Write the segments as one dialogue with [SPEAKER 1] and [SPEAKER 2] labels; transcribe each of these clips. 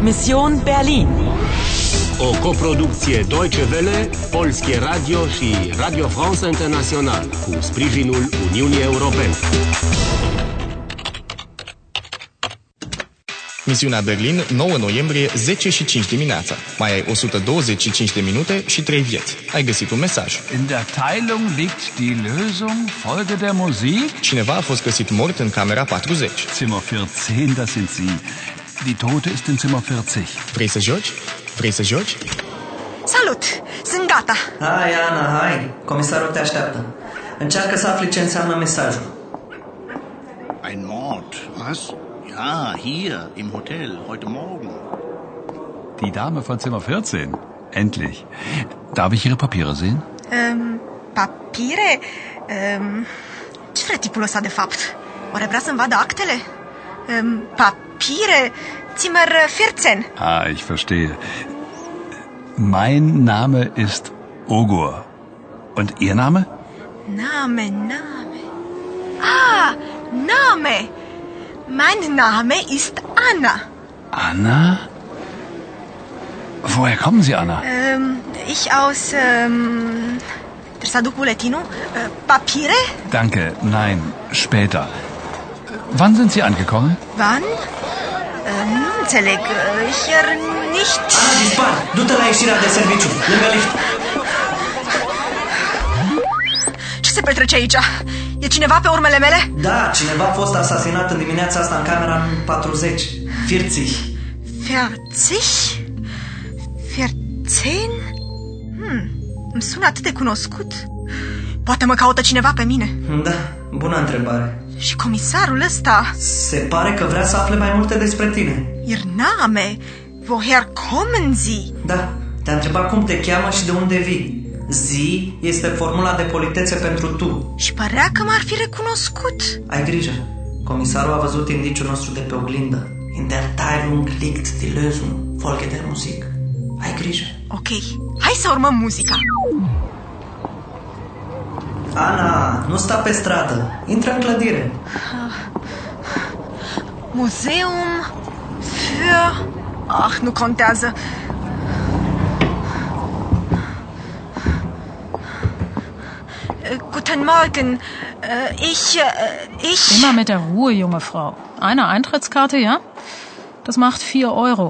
[SPEAKER 1] Mission Berlin.
[SPEAKER 2] O coproducție Deutsche Welle, Polskie Radio și Radio France International cu sprijinul Uniunii Europene.
[SPEAKER 3] Misiunea Berlin, 9 noiembrie, 10 și 5 dimineața. Mai ai 125 de minute și 3 vieți. Ai găsit un mesaj.
[SPEAKER 4] In der Teilung liegt die Lösung. Folge der Musik.
[SPEAKER 3] Cineva a fost găsit mort în camera 40.
[SPEAKER 4] Zimmer 14, das sind Sie. Die Tote ist in Zimmer 40.
[SPEAKER 3] Vrei să joci? Vrei să joci?
[SPEAKER 5] Salut! Sunt gata!
[SPEAKER 6] Hai, Ana, hai! Comisarul te așteaptă. Încearcă să afli ce înseamnă mesajul.
[SPEAKER 7] Ein Mord. Was? Ja, hier im Hotel heute Morgen.
[SPEAKER 4] Die Dame von Zimmer 14. Endlich. Darf ich Ihre Papiere sehen?
[SPEAKER 5] Um, papire? Um, ce vrea tipul ăsta de fapt? Oare vrea să-mi vadă actele? Um, papire? Zimmer 14.
[SPEAKER 4] Ah, ich verstehe. Mein Name ist Ogur. Und Ihr Name?
[SPEAKER 5] Name, Name. Ah, Name. Mein Name ist Anna.
[SPEAKER 4] Anna? Woher kommen Sie, Anna?
[SPEAKER 5] Ähm, ich aus. Ähm, trebuie să aduc buletinul? Äh, Papire?
[SPEAKER 4] Danke, nein, später. Wann sind Sie angekommen?
[SPEAKER 5] Wann? Äh, nu înțeleg. Äh, Ich er nicht.
[SPEAKER 6] Ana, dispar! Du-te la ieșirea de serviciu, lângă lift.
[SPEAKER 5] Ce se petrece aici? E cineva pe urmele mele?
[SPEAKER 6] Da, cineva a fost asasinat în dimineața asta în camera 40. Firții.
[SPEAKER 5] 40? 14? Hmm, îmi sună atât de cunoscut. Poate mă caută cineva pe mine.
[SPEAKER 6] Da, bună întrebare.
[SPEAKER 5] Și comisarul ăsta,
[SPEAKER 6] Se pare că vrea să afle mai multe despre tine.
[SPEAKER 5] ihr Name, woher kommen Sie?
[SPEAKER 6] Da, te-a întrebat cum te cheamă și de unde vii. Zi este formula de politețe pentru tu.
[SPEAKER 5] Și părea că m-ar fi recunoscut.
[SPEAKER 6] Ai grijă. Comisarul a văzut indiciul nostru de pe oglindă. In der Teilung liegt die Lösung. Folge der Musik. Ai grijă.
[SPEAKER 5] Ok, hai să urmăm muzica.
[SPEAKER 6] Ana, nu sta pe stradă. Intră în clădire.
[SPEAKER 5] Muzeum für... Ah, nu contează. Eh, Guten Morgen. Eh, Ich, eh, ich...
[SPEAKER 8] Immer mit der Ruhe, junge Frau. Eine Eintrittskarte, ja? Das macht vier Euro.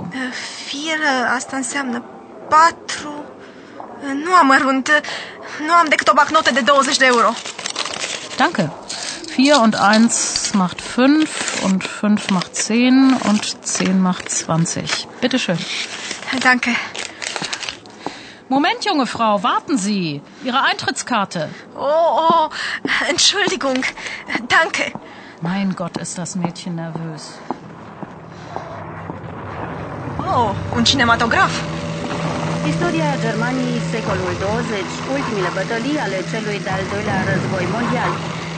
[SPEAKER 5] Fir, asta înseamnă patru... Äh, Nu am mărunt. Nu am decât o bacnotă de 20 de euro.
[SPEAKER 8] Danke. Vier und eins macht fünf und fünf macht zehn und zehn macht zwanzig. Bitte schön.
[SPEAKER 5] Danke.
[SPEAKER 8] Moment, junge Frau, warten Sie. Ihre Eintrittskarte.
[SPEAKER 5] Oh, oh, Entschuldigung. Danke.
[SPEAKER 8] Mein Gott, ist das Mädchen nervös.
[SPEAKER 5] Oh, un cinematograf.
[SPEAKER 9] Istoria Germaniei, secolul 20, ultimile bătălii ale celui de-al doilea război mondial.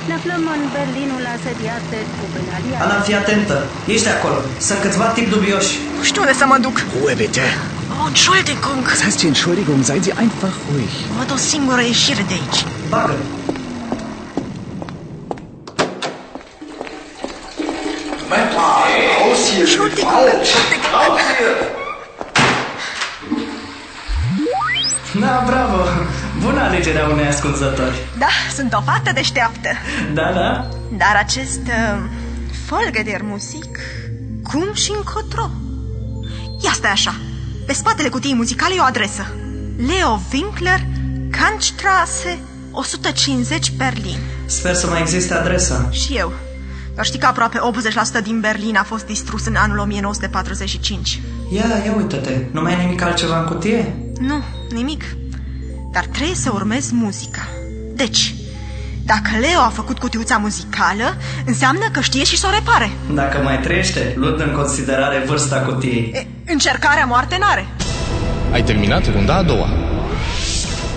[SPEAKER 9] Ne aflăm în Berlinul asediat de trupele aliate.
[SPEAKER 6] Ana, fii atentă. Ești acolo. Sunt câțiva tipi dubioși.
[SPEAKER 5] Nu știu unde să mă duc.
[SPEAKER 10] Ruhe bitte.
[SPEAKER 5] Oh, Entschuldigung.
[SPEAKER 10] Was heißt hier Entschuldigung? Seien Sie einfach ruhig.
[SPEAKER 5] Văd o singură ieșire de aici.
[SPEAKER 6] Bagă.
[SPEAKER 11] Moment mal, raus hier, ich bin falsch. Raus hier.
[SPEAKER 6] Da, bravo. Bună alegerea unei ascultători.
[SPEAKER 5] Da, sunt o fată deșteaptă.
[SPEAKER 6] Da, da.
[SPEAKER 5] Dar acest uh, folgă de muzic, cum și încotro? Ia stai așa. Pe spatele cutiei muzicale e o adresă. Leo Winkler, Kantstraße, 150 Berlin.
[SPEAKER 6] Sper să mai existe adresa.
[SPEAKER 5] Și eu. Dar știi că aproape 80% din Berlin a fost distrus în anul 1945.
[SPEAKER 6] Ia, ia uite-te. Nu mai e nimic altceva în cutie?
[SPEAKER 5] Nu, nimic. Dar trebuie să urmez muzica. Deci, dacă Leo a făcut cutiuța muzicală, înseamnă că știe și să o repare.
[SPEAKER 6] Dacă mai trăiește, luând în considerare vârsta cutiei.
[SPEAKER 5] E, încercarea moarte n-are.
[SPEAKER 3] Ai terminat runda a doua.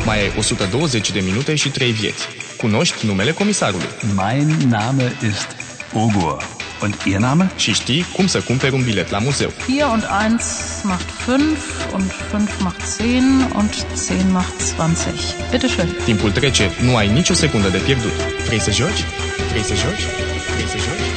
[SPEAKER 3] Mai ai 120 de minute și 3 vieți. Cunoști numele comisarului
[SPEAKER 4] Mein Name ist Ogur. Und Ihr Name?
[SPEAKER 3] și știi cum să cumperi un bilet la muzeu.
[SPEAKER 8] Vier und eins macht fünf und fünf macht zehn und zehn macht zwanzig. Bitte schön.
[SPEAKER 3] Timpul trece, nu ai nicio secundă de pierdut. Vrei să joci? Vrei să joci? Vrei să joci?